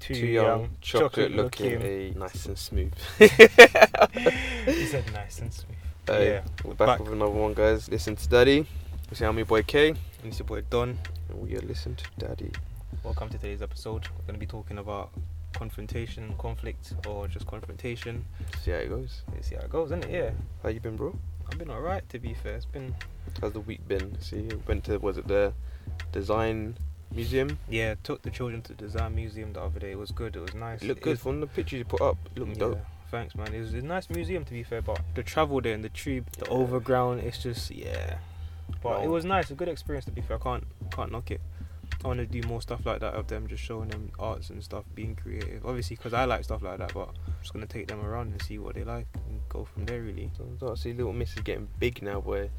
too, Too young, young, chocolate looking, eh, nice and smooth. He said nice and sweet. Uh, Yeah, We're back, back. with another one, guys. Listen to Daddy. This is Army Boy K. And it's your boy Don. And we are listening to Daddy. Welcome to today's episode. We're going to be talking about confrontation, conflict, or just confrontation. See how it goes. Let's see how it goes, isn't it? Yeah, How you been, bro? I've been alright to be fair. It's been How's the week been? See, you went to was it the design museum? yeah. Took the children to the design museum the other day. It was good. It was nice. It looked It good is- from the pictures you put up. It looked yeah, dope. Thanks, man. It was a nice museum to be fair, but the travel there and the tube, the Yeah. overground, it's just yeah. But it No. was nice. A good experience to be fair. I can't can't knock it. I want to do more stuff like that of them, just showing them arts and stuff, being creative. Obviously, because I like stuff like that, but I'm just gonna take them around and see what they like and go from there. Really. So, so I see little miss is getting big now. We're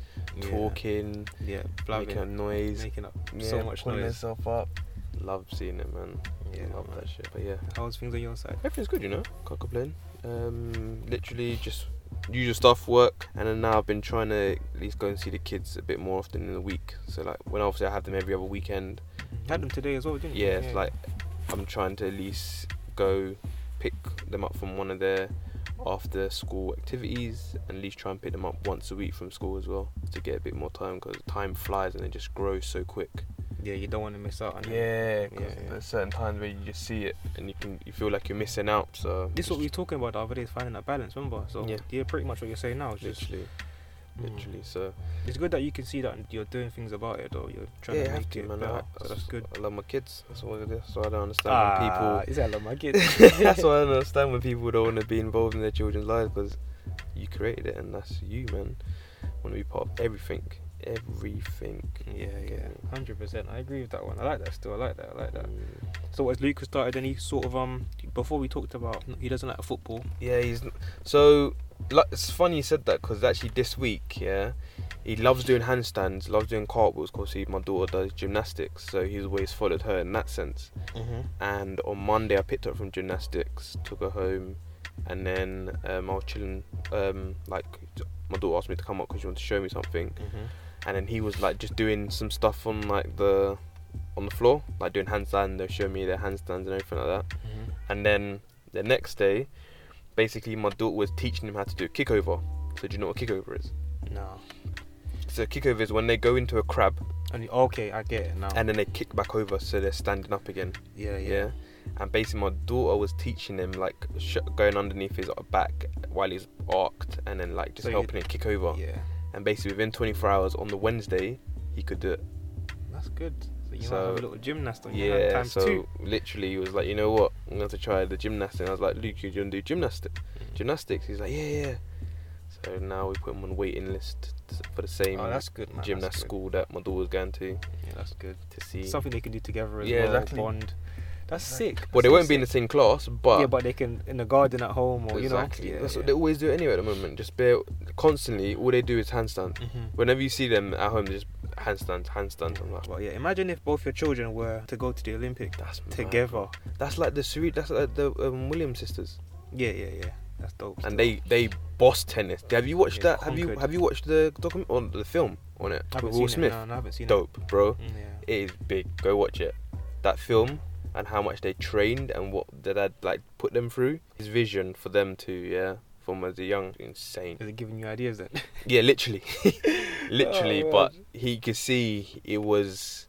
talking, Yeah, making a blabbing, noise. making up yeah, so much pulling noise. herself up. Love seeing it, man. Yeah, love man. that shit. But yeah, How's things on your side? everything's good, you know. Can't complain. Um, literally just usual stuff, work, and then now I've been trying to at least go and see the kids a bit more often in the week. So like when obviously I have them every other weekend. Had them today as well, didn't you? Mm. Yeah, it's like I'm trying to at least go pick them up from one of their after school activities and at least try and pick them up once a week from school as well to get a bit more time because time flies and it just grows so quick. yeah, you don't want to miss out on it. Yeah, 'cause Yeah, yeah. there's certain times where you just see it and you can you feel like you're missing out. So This is what we just were talking about the other day is finding that balance, remember? So Yeah. yeah, pretty much what you're saying now. It's just literally, Mm. literally. So it's good that you can see that and you're doing things about it or you're trying yeah, to you make have to, it man. I- better. I, so that's good. Ah, I love my kids. That's all it is. So I don't understand when is that like my kid? people. that's why I don't understand when people don't want to be involved in their children's lives because you created it and that's you, man. Want to be part of everything, everything. Yeah, yeah, hundred percent. I agree with that one. I like that still. I like that. I like that. Mm. So as Lucas started, then he sort of um before we talked about he doesn't like football. Yeah, he's n- so. Like, it's funny you said that because actually this week, yeah, he loves doing handstands, loves doing cartwheels. Cause he, my daughter does gymnastics, so he's always followed her in that sense. Mm-hmm. And on Monday, I picked her up from gymnastics, took her home, and then um, I was chilling. Um, like my daughter asked me to come up because she wanted to show me something, Mm-hmm. and then he was like just doing some stuff on like the on the floor, like doing handstand. They showed me their handstands and everything like that. Mm-hmm. And then the next day, basically my daughter was teaching him how to do a kickover. So do you know what a kickover is? No. So a kickover is when they go into a crab And okay, I get it now. and then they kick back over, so they're standing up again. yeah, Yeah. yeah, And basically my daughter was teaching him like sh- going underneath his back while he's arced, and then like just So you- helping him kick over. yeah. And basically within 24 hours on the Wednesday, he could do it. That's good. So you might So- have a little gymnast on your hand Yeah, times so two. literally he was like, you know what, I'm going to try the gymnastics. And I was like, Luke, you're going to do gymnastics. Mhm. gymnastics. He's like, yeah, yeah. So now we put him on waiting list t- for the same Oh, that's good, man. gymnast that's good. school that my daughter's going to Yeah, that's good. to see. Something they can do together as Yeah, well. exactly. Bond. That's Exactly. sick. Well, they That's won't be in the sick. same class, but yeah, but they can in the garden at home or exactly. you know. That's what they always do anyway at the moment. Just bare constantly. All they do is handstand. mm-hmm. Whenever you see them at home, they just handstands, handstands. I'm like, Well, yeah. Imagine if both your children were to go to the Olympic that's mad. together. That's like the Sweet. That's like the um, Williams sisters, Yeah, yeah, yeah. That's dope. and they they boss tennis. Have you watched Yeah, that? Have you conquered. have you watched the document on the film on it? I haven't With seen Will it, Smith. No, no, I haven't seen Dope, bro. it. Mm, Yeah. it is big. Go watch it. That film and how much they trained and what their dad like put them through. His vision for them to yeah, from as a young, insane. Is it giving you ideas then? Yeah, literally, literally. Oh, but he could see it was.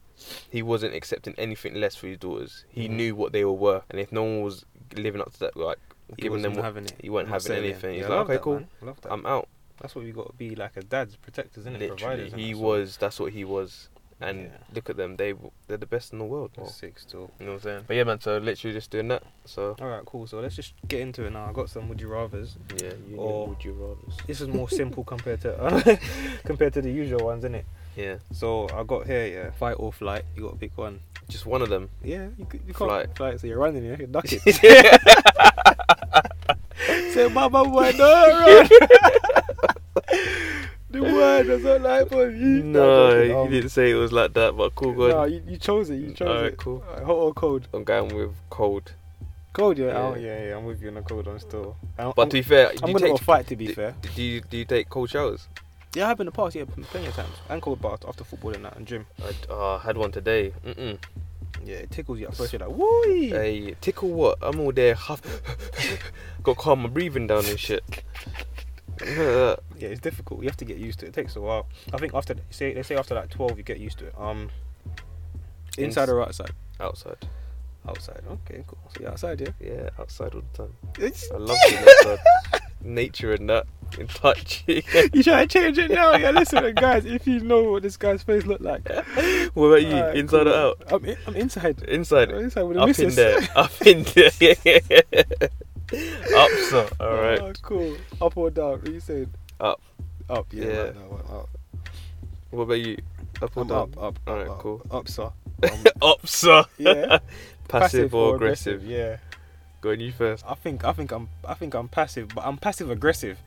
He wasn't accepting anything less for his daughters. He Mhm. knew what they all were, and if no one was living up to that, like He giving them wasn't what having it. he weren't Not having selling it. anything. He's Yeah, I like, love okay, that, cool, man. I love that. I'm out. That's what we got to be like as dads, protectors, innit? Literally, Providers. innit? he So was. That's what he was. And Yeah. look at them. They w- they're the best in the world. that's Well, sick still. you know what I'm saying? But yeah, man. So literally just doing that. So All right, cool. So let's just get into it now. I got some would you rather's. Yeah, you Or- would you rather? This is more simple compared to uh, compared to the usual ones, isn't it? Yeah, So I got here, yeah. Fight or flight. You got to pick one. just one of them. Yeah, you, c- you can't Flight. So you're running, yeah. You're ducking. Say, Mama, why not run? the word does not like for you. joking, um, say it was like that, but cool, No, you, you chose it. You chose Alright, it. cool. Alright, hot or cold? I'm going with cold. Cold, yeah. Yeah. Yeah, oh, yeah, yeah. I'm with you on the cold one still. I'm, But to be fair, do I'm you gonna take go fight to be do, fair. do you do you take cold showers? Yeah, I have in the past. Yeah, plenty of times. And cold baths after football and that and gym. I uh, had one today. Mm-mm. Yeah, it tickles you at first. You're like, woo! Hey, tickle what? I'm all there, huff. got calm my breathing down and shit. You know that? Yeah, it's difficult. You have to get used to it. It takes a while. I think after they say they say after like twelve, you get used to it. Um, inside Ins- or outside? Outside. Outside. Okay, cool. So you're outside, yeah. Yeah, outside all the time. It's- I love being outside. Nature and that, in touch. you trying to change it now? Yeah, listen, guys. If you know what this guy's face looked like, what about you? Alright, inside cool. or out? I'm, in, I'm inside. Inside. I'm inside with a up missus. in there. Up in there. up, so. Alright. Oh, cool. Up or down? What are you saying? Up. Up. Yeah. Yeah. right, that one, up. What about you? Up or I'm down? up. Up. All up, right, up, cool. Up, sir. Um, Up, sir. Yeah. Passive, or aggressive? Yeah. Go on, you first. I think I think I'm I think I'm passive, but I'm passive aggressive.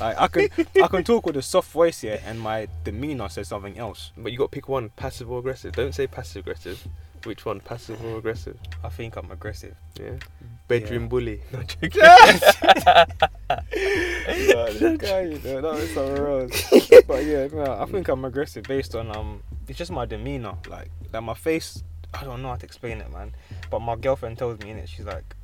Like I can I can talk with a soft voice here, and my demeanor says something else. But you got to pick one, passive or aggressive. Don't say passive aggressive. Which one, passive or aggressive? I think I'm aggressive. Yeah. Bedroom bully. No, joking. Nah, this guy, you know, that was something else. But yeah, no, I think I'm aggressive based on um, it's just my demeanor. Like like my face, I don't know how to explain it, man. But my girlfriend tells me in it, she's like,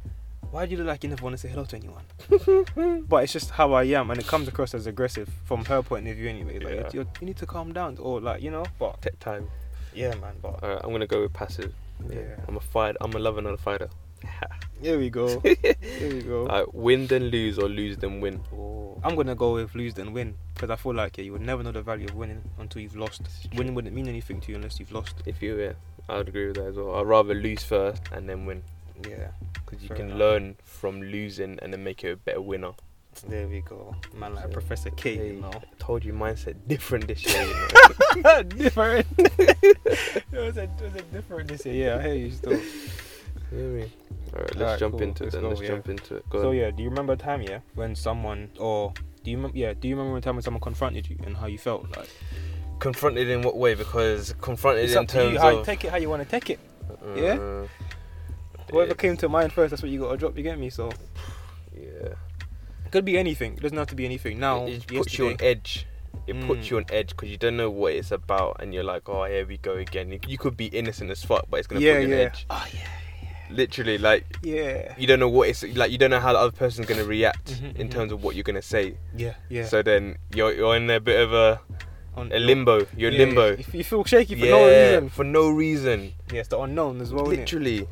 "Why do you look like you never want to say hello to anyone?" but it's just how I am, and it comes across as aggressive from her point of view, anyway. Like Yeah. you you need to calm down, or like you know. But Take time. yeah, man. But All right, I'm gonna go with passive. Yeah. I'm a fighter. I'm a lover, not a fighter. Here we go. Here we go. All right, win then lose or lose then win. I'm gonna go with lose then win because I feel like yeah, you would never know the value of winning until you've lost. Winning wouldn't mean anything to you unless you've lost. If you, yeah, I would agree with that as well. I'd rather lose first and then win Yeah, because you Fair can enough. learn from losing and then make you a better winner. there we go. Man, like Yeah. Professor K, Hey, you know. I told you mindset different this year. You know? different. it was a, it was a different this year. Yeah, I hear you still. You hear me? All right, let's Alright, jump cool. into it Let's then. go, let's yeah. jump into it. Go So on. yeah, do you remember a time yeah when someone or do you remember yeah do you remember a time when someone confronted you and how you felt like? Confronted in what way? Because confronted to in terms you how you of take it how you want to take it. yeah? Uh, Whatever it's- came to mind first, that's what you got to drop. You get me? So Yeah. it could be anything. It doesn't have to be anything. Now it, it puts you on yesterday- edge. It puts Mm. you on edge because you don't know what it's about, and you're like, "Oh, here we go again." You, you could be innocent as fuck, but it's gonna yeah put you yeah on edge. oh yeah Literally, like Yeah. you don't know what it's like. You don't know how the other person's gonna react Mhm, in mhm. terms of what you're gonna say. Yeah, yeah. So then you're you're in a bit of a, On, a limbo. You're in limbo. You, you feel shaky for yeah, no reason. for no reason. Yeah, it's the unknown as well. Mm. innit? Literally,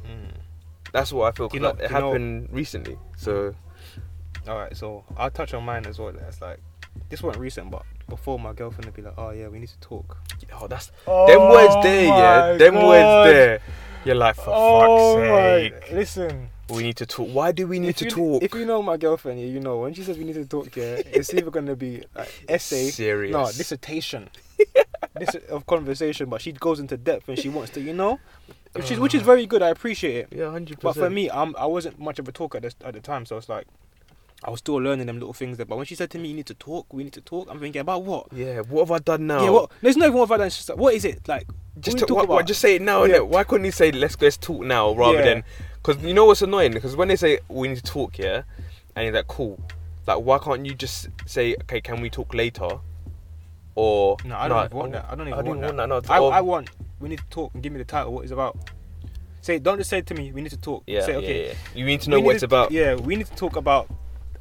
that's what I feel. Do 'cause you know- that- do it you know- happened recently. So All right, so I'll touch on mine as well. It's like this wasn't recent, but before my girlfriend would be like, "Oh yeah, we need to talk." oh, that's them words there, yeah. Them words there. You're like, for Oh fuck's sake. Listen, We need to talk. Why do we need if to you, talk? If you know my girlfriend, yeah, you know when she says we need to talk, yeah, it's either gonna be like essay, Serious. no dissertation, this of conversation, but she goes into depth and she wants to, you know, which is Uh. which is very good. I appreciate it. yeah, hundred But percent. for me, I'm, I wasn't much of a talker at the, at the time, so it's like I was still learning them little things there. But when she said to me, "You need to talk, we need to talk," I'm thinking about what? yeah. What have I done now? Yeah, what? There's no even what about that. It's just like, what is it like? Just we to, talk what, about- what- just say it now. Yeah. innit? Why couldn't you say let's let's talk now rather Yeah. than because you know what's annoying? Because when they say we need to talk, yeah, and you're like cool, like why can't you just say okay, can we talk later? Or No, I don't even want that. I don't even I don't want that. I, no, I or- want. We need to talk and give me the title. What it's about? Say, don't just say to me. We need to talk. yeah, say, yeah, okay. yeah. You need we to know need what it's to- about. Yeah, we need to talk about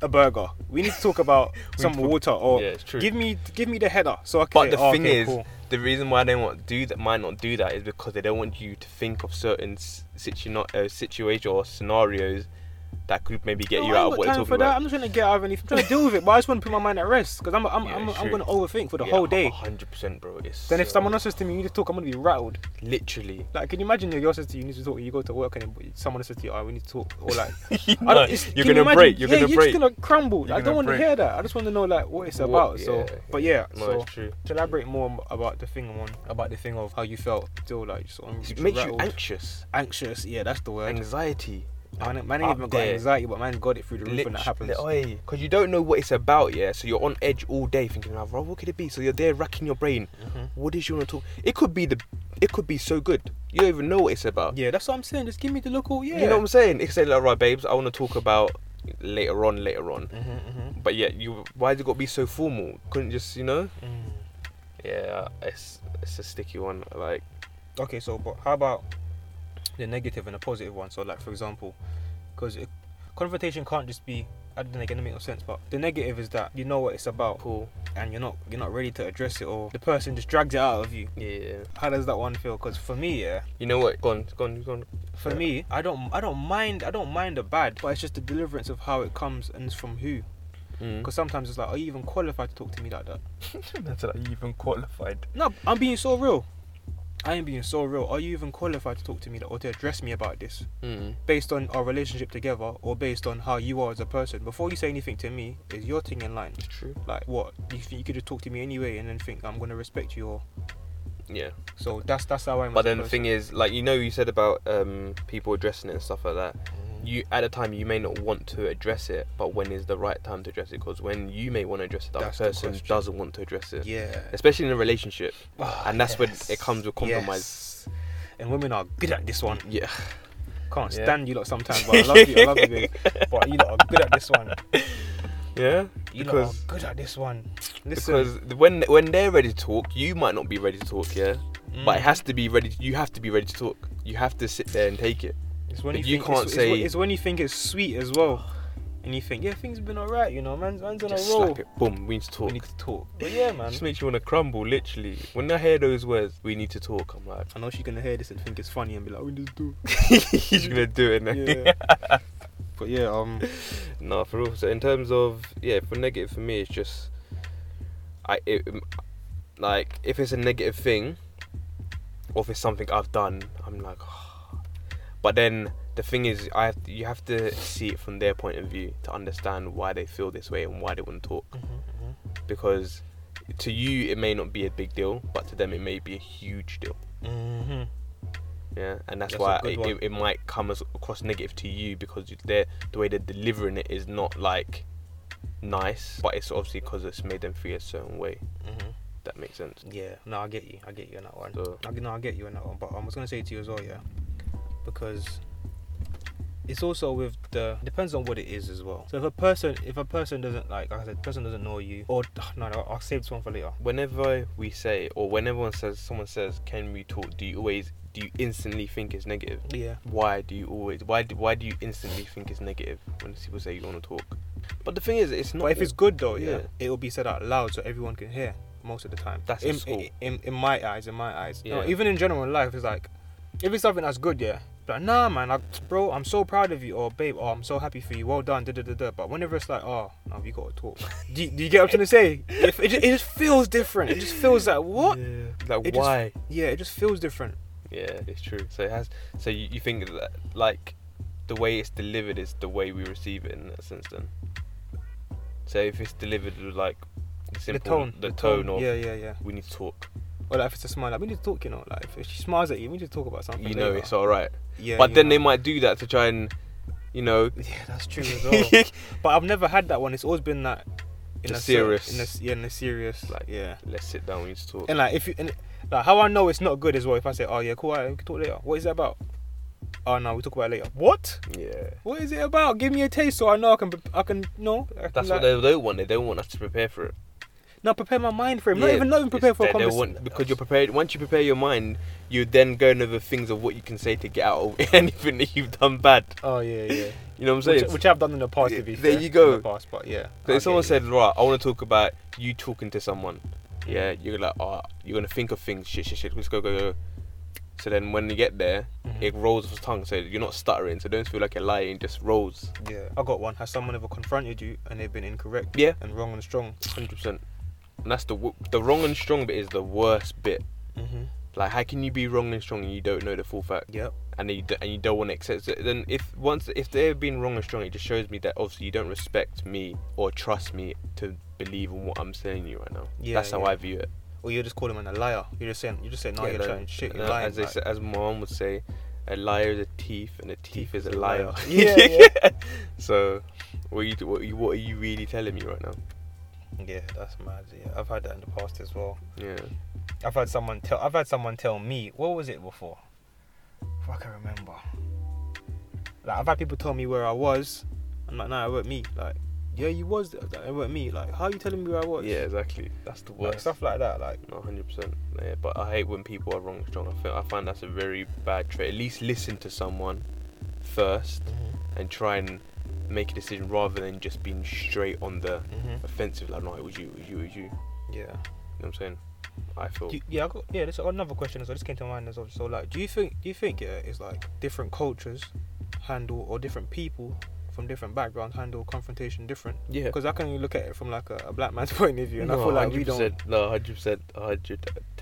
a burger. We need to talk about some talk- water or Yeah, it's true. give me give me the header so I can. But the oh, thing okay, is, cool. the reason why they want do that might not do that is because they don't want you to think of certain s- situ- not, uh, situation or scenarios that could maybe get No, you I ain't out got of what time for they're talking that. about. I'm not trying to get out of anything. I'm trying to deal with it, but I just want to put my mind at rest because I'm I'm Yeah, I'm, it's I'm true. going to overthink for the Yeah, whole day. 100%, bro. It's Then if so- someone else says to me, "You need to talk," I'm going to be rattled. literally, Like, can you imagine your girl says to you, "You need to talk," and you go to work and then someone says to you, "Oh, we need to talk," or like, I No, don't, it's- you're can you gonna imagine? break. You're yeah, gonna you're break. just gonna crumble. You're I don't gonna want break. to hear that. I just want to know like what it's What- about. so, yeah, but yeah, no, so it's true. to elaborate more about the thing on about the thing of how you felt, still like just on It makes you anxious, anxious. Yeah, that's the word. anxiety. Man, man ain't up even got there. anxiety, but man's got it through the roof when that happens. because you don't know what it's about, yeah. So you're on edge all day, thinking, like, "Bro, what could it be?" So you're there racking your brain. Mhm. What is you want to talk? It could be the, it could be so good. You don't even know what it's about. Yeah, that's what I'm saying. Just give me the local. Yeah. You know what I'm saying? It could say, like, "Right, babes, I want to talk about later on, later on." Mm-hmm, But yeah, you why's it got to be so formal? Couldn't just you know? mm-hmm. Yeah, it's it's a sticky one. Like Okay, so but how about the negative and the positive one. So, like for example, because confrontation can't just be. I don't think it make no sense, but the negative is that you know what it's about Cool. and you're not you're not ready to address it, or the person just drags it out of you. Yeah. How does that one feel? Because for me, yeah, You know what? Go on, go on, go on. for Yeah. me, I don't I don't mind I don't mind the bad, but it's just the deliverance of how it comes and it's from who. Mm. Because sometimes it's like, are you even qualified to talk to me like that? That's like you even qualified. No, I'm being so real. I am being so real. Are you even qualified to talk to me or to address me about this Mm. based on our relationship together or based on how you are as a person? Before you say anything to me, is your thing in line? It's true. Like what? You think you could just talk to me anyway and then think I'm gonna respect you? Or Yeah. so that's that's how I'm. But then the thing is, like you know, you said about um, people addressing it and stuff like that. You at the time you may not want to address it, but when is the right time to address it? Because when you may want to address it, the That's other the person question. doesn't want to address it. yeah, Especially in a relationship, Ah, and that's when yes. it comes with compromise. Yes. And women are good at this one. Yeah, Can't Yeah. stand you lot sometimes, but I love you. I love you, babe. But you lot are good at this one. yeah. You Because lot are good at this one. Listen, because when when they're ready to talk, you might not be ready to talk. Yeah, but it Mm. has to be ready. You have to be ready to talk. You have to sit there and take it. It's when But you, you think, can't it's, say- It's, it's when you think it's sweet as well, and you think, yeah, things been alright, you know, man's man's on Just a roll. slap it. Boom. We need to We talk. need to talk. But yeah, man. Just makes you want to crumble. Literally, when I hear those words, we need to talk. I'm like, I know she's gonna hear this and think it's funny and be like, we need to he's gonna do it. Now. talk. Yeah. but yeah, um, No, for real. So in terms of yeah, for negative for me, it's just I it, um, like if it's a negative thing, or if it's something I've done, I'm like, "Ah." but then the thing is, I have to, you have to see it from their point of view to understand why they feel this way and why they want to talk. Mm-hmm, Because to you, it may not be a big deal, but to them, it may be a huge deal. Mhm. Yeah, and that's, That's a why good it, one. it, it might come as across negative to you because they the way they're delivering it is not like nice, but it's obviously because it's made them feel a certain way. Mhm. That makes sense. yeah. No, I get you. I get you on that one. So- I, no, I get you on that one. But um, I was gonna say to you as well, yeah, because it's also with the depends on what it is as well. So if a person, if a person doesn't like, like I said, person doesn't know you, or no, no, I'll save this one for later. Whenever we say, or whenever one says, someone says, "Can we talk?" Do you always do you instantly think it's negative? Yeah. Why do you always? Why do why do you instantly think it's negative when people say you want to talk? But the thing is, it's not. But if it's good though, yeah, Yeah. it will be said out loud so everyone can hear most of the time. That's in, at school. In, in my eyes, in my eyes. No, Yeah. even in general in life, it's like if it's something that's good, yeah. Like nah, man, I, bro, I'm so proud of you, or babe, oh, I'm so happy for you, well done, da da da da. But whenever it's like, oh, no, we gotta talk. do, you, do you get what I'm trying to say? It, it, just, it just feels different. It just feels like what? Yeah, like it just- why? it just feels different. Yeah, it's true. So it has. So you, you think that like the way it's delivered is the way we receive it in that sense then. So if it's delivered with like the simple the tone, the, tone, of yeah, yeah, yeah. we need to talk, Or like if it's a smile, like we need to talk, you know, like if she smiles at you, we need to talk about something. you know later. it's all right. yeah. but you then know. they might do that to try and, you know, Yeah, that's true as well. but I've never had that one. It's always been that The a serious. cer- in a s- yeah, in a serious, Like- like yeah, let's sit down. We need to talk. and like if you, and, like how I know it's not good as well. If I say, oh yeah, cool, alright, we can talk later. What is that about? Oh no, we talk about it later. What? yeah. What is it about? Give me a taste so I know I can, pre- I can no. I can, That's like, what they don't want. They don't want us to prepare for it. no prepare my mind for him. not Yeah, even not even it's- prepare for a they- they conversation want- because you're prepared. Once you prepare your mind, you then going over things of what you can say to get out of anything that you've done bad. Oh yeah, yeah. You know what I'm saying? Which, which I've done in the past. to be There fair, you go. In the past, but yeah. So I if someone get you. said, "Right, I want to talk about you talking to someone," yeah, you're like, "Oh, you're gonna think of things, shit, shit, shit, let's go, go, go." So then when you get there, Mhm. it rolls off the tongue, so you're not stuttering, so don't feel like you're lying, it just rolls. yeah, I got one. Has someone ever confronted you and they've been incorrect? Yeah. And wrong and strong. Hundred percent. And that's the w- the wrong and strong bit is the worst bit. Mm-hmm. Like, how can you be wrong and strong and you don't know the full fact, Yep. and you d- and you don't want to accept it? Then if once if they've been wrong and strong, it just shows me that obviously you don't respect me or trust me to believe in what I'm saying you right now. Yeah, that's how yeah. I view it. or you're Oh, just calling him a liar. You're just saying you're just saying no, Yeah, you're no, chatting shit. You're no, lying. As, they like, say, as my mom would say, a liar is a thief, and a thief, is a liar. Yeah, yeah. so, what are you, what, are you, what are you really telling me right now? yeah, that's mad. Yeah, I've had that in the past as well. Yeah. I've had someone tell. I've had someone tell me. What was it before? If I can remember. Like I've had people tell me where I was. I'm like, nah, it wasn't me. Like, yeah, you was th- that about me. Like, how you telling me where I was? Yeah, exactly. That's the Like, worst. stuff like that. Like, Not 100%. Yeah, but I hate when people are wrong, John. I, feel, I find that's a very bad trait. At least listen to someone first and try and make a decision rather than just being straight on the offensive. Like, no, it was you, it was you, it was you. You know yeah. what I'm saying? I feel. Do you- yeah, I got, yeah. This I got another question as well. This came to mind as well. So, like, do you think do you think yeah, it's like different cultures handle or different people from different backgrounds handle confrontation different? yeah. Because I can only look at it from like a, a black man's point of view, and I feel like we don't. 100%, No, 100%,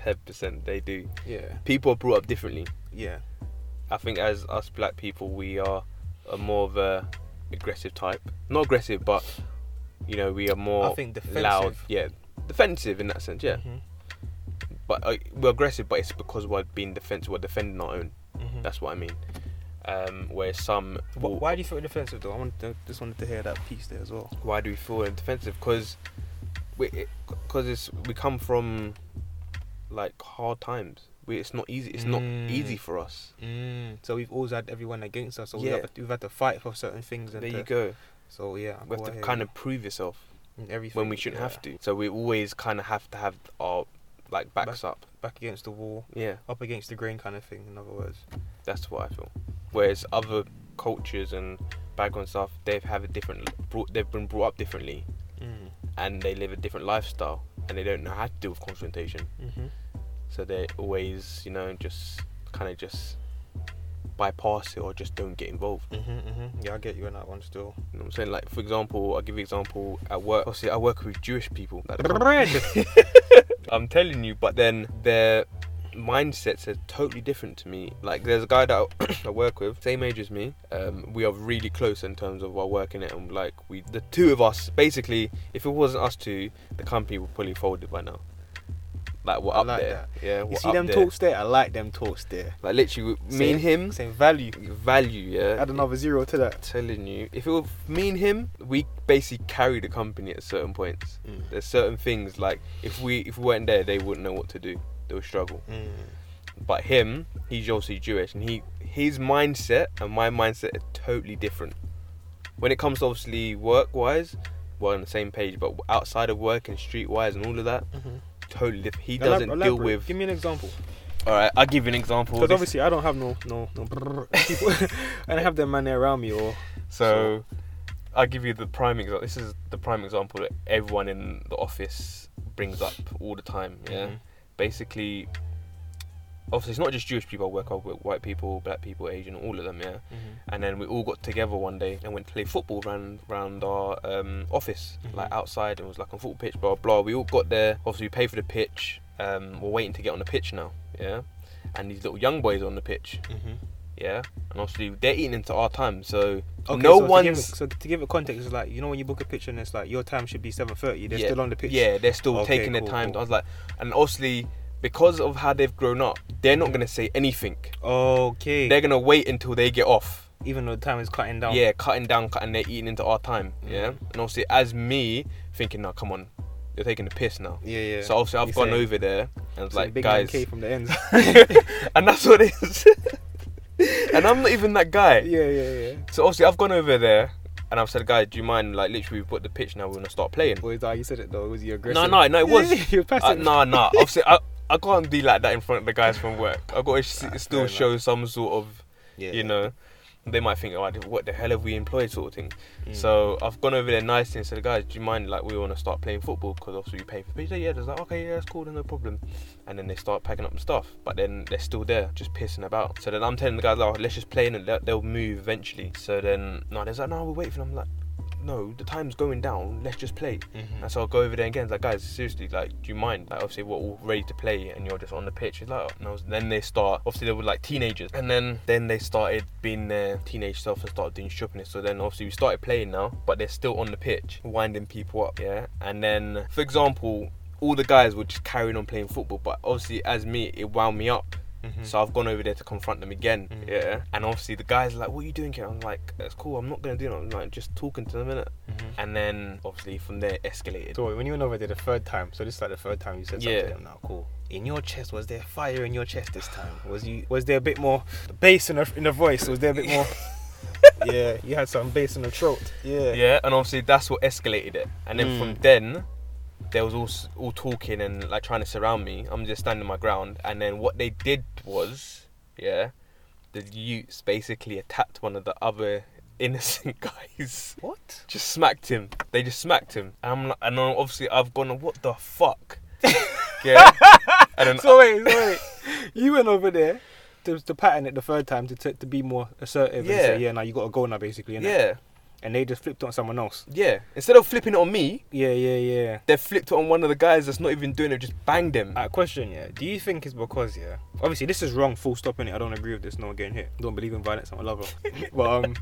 110% they do. Yeah, People are brought up differently. yeah, I think as us black people, we are a more of a aggressive type. Not aggressive, but you know, we are more I think defensive. loud. Yeah, defensive in that sense. Yeah, Mhm, but uh, we're aggressive, but it's because we're being defensive. We're defending our own. mhm. That's what I mean. Um, where some, Wh- will- Why do you feel defensive though? I wanted to, just wanted to hear that piece there as well. why do we feel defensive? Because we, because it's we come from like hard times. We, it's not easy. It's not Mm. easy for us. Mm. So we've always had everyone against us, so Yeah. we've, had to, we've had to fight for certain things. And There you to- go. So yeah, We have to kind of prove yourself. everything when we shouldn't yeah, have to. So we always kind of have to have our like backs up. back against the wall. Yeah, up against the grain kind of thing. In other words, that's what I feel. Whereas other cultures and background stuff, they've have a different, brought, they've been brought up differently, Mm, and they live a different lifestyle, and they don't know how to deal with confrontation. mm-hmm. So they always, you know, just kind of just bypass it or just don't get involved. Mm-hmm, mm-hmm. yeah, I get you on that one still. You know what I'm saying? Like for example, I'll give you example at work. Obviously I work with Jewish people. Like, I'm telling you, but then their mindsets are totally different to me. Like there's a guy that I- I work with, same age as me. Um, we are really close in terms of our work in it and like we the two of us basically if it wasn't us two, the company would probably folded by now. Like we're I up like there. Yeah, we're You see up them there. talks there. I like them talks there. Like literally me and him Same value. value, yeah Add another zero to that. telling you, if it were me and him, we basically carry the company at certain points. Mm. There's certain things like if we if we weren't there, they wouldn't know what to do. They would struggle. Mm. But him, he's obviously Jewish, and he his mindset and my mindset are totally different. When it comes to obviously work wise, we're on the same page. But outside of work and street wise and all of that, totally different. He doesn't deal with. Mm-hmm. Give me an example. All right, I'll give you an example. Because This- obviously I don't have no no no. people. I don't have them man there around me or So, I'll give you the prime example. This is the prime example that everyone in the office brings up all the time. Yeah. Mhm. Basically, obviously, it's not just Jewish people I work with, white people, black people, Asian, all of them. Yeah. Mm-hmm. And then we all got together one day and went to play football round round our um, office, Mhm. like outside, and it was like on football pitch, blah blah. We all got there. Obviously, we paid for the pitch. Um, we're waiting to get on the pitch now. Yeah. And these little young boys are on the pitch. Mm-hmm. Yeah. And obviously, they're eating into our time, so Okay, no so To one's. give it, so to give it context, it's like you know when you book a picture and it's like your time should be seven thirty. They're Yeah, still on the pitch. Yeah, they're still Okay, taking cool, their time. cool. I was like, and obviously because of how they've grown up, they're not gonna say anything. Okay. They're gonna wait until they get off. Even though the time is cutting down. Yeah, cutting down, cutting. They're eating into our time. Yeah, Mhm. and obviously as me thinking, now come on, you're taking the piss now. Yeah. Yeah. So obviously I've You're gone saying- over there and was Some like, big guys, MK from the ends. and that's what it is. and I'm not even that guy. yeah, yeah, yeah. So obviously I've gone over there and I've said, guys, do you mind? Like literally, we've put the pitch now. We're gonna start playing. Well, it's like ah, you said it though. Was you No, aggressive? no, no, it was. You're Uh, passive. nah, nah. Obviously, I, I can't be like that in front of the guys from work. I got to fair still enough. show some sort of, Yeah. you know, they might think, oh, what the hell have we employed, sort of thing. Mm. So I've gone over there nicely and said, guys, do you mind, like, we want to start playing football because obviously we pay for pizza. Yeah, there's like, okay, yeah, that's cool, then no problem. And then they start packing up and stuff, but then they're still there, just pissing about. So then I'm telling the guys, like, oh, let's just play and they'll, they'll move eventually. So then, no, there's like, no, we're waiting for them. I'm like, no, the time's going down, let's just play. And so Mm-hmm. I'll go over there again. It's like, guys, seriously, like, do you mind? Like, obviously, we're all ready to play, and you're just on the pitch. It's like, oh. and I was, then they start. Obviously, they were like teenagers, and then then they started being their teenage self and started doing shopping. So then, obviously, we started playing now, but they're still on the pitch, winding people up, yeah. And then, for example, all the guys were just carrying on playing football, but obviously, as me, it wound me up. So I've gone over there to confront them again, Mhm. yeah. And obviously the guys are like, "What are you doing here?" I'm like, "It's cool. I'm not gonna do it. I'm like just talking to them a minute." And then obviously from there it escalated. So wait, when you went over there the third time, so this is like the third time you said something Yeah. to them now. Cool. In your chest, was there fire in your chest this time? Was you was there a bit more bass in the in the voice? Was there a bit more? yeah, you had some bass in the throat. Yeah. Yeah, and obviously that's what escalated it. And then from Mm. then, there was all s- all talking and like trying to surround me. I'm just standing my ground. And then what they did was, yeah, the youths basically attacked one of the other innocent guys. What? Just smacked him. They just smacked him. And I'm like, and then obviously I've gone, what the fuck? yeah. And then So wait, so wait. you went over there to, to pattern it the third time to t- to be more assertive and Yeah. say, yeah, now you got to go now, basically. innit? yeah, And they just flipped on someone else. yeah. Instead of flipping it on me, Yeah, yeah, yeah. they flipped it on one of the guys that's not even doing it. Just banged him. Uh, question, yeah. Do you think it's because, yeah? Obviously, this is wrong, full stop, innit? I don't agree with this, no one getting hit. Don't believe in violence, I'm a lover. but, um,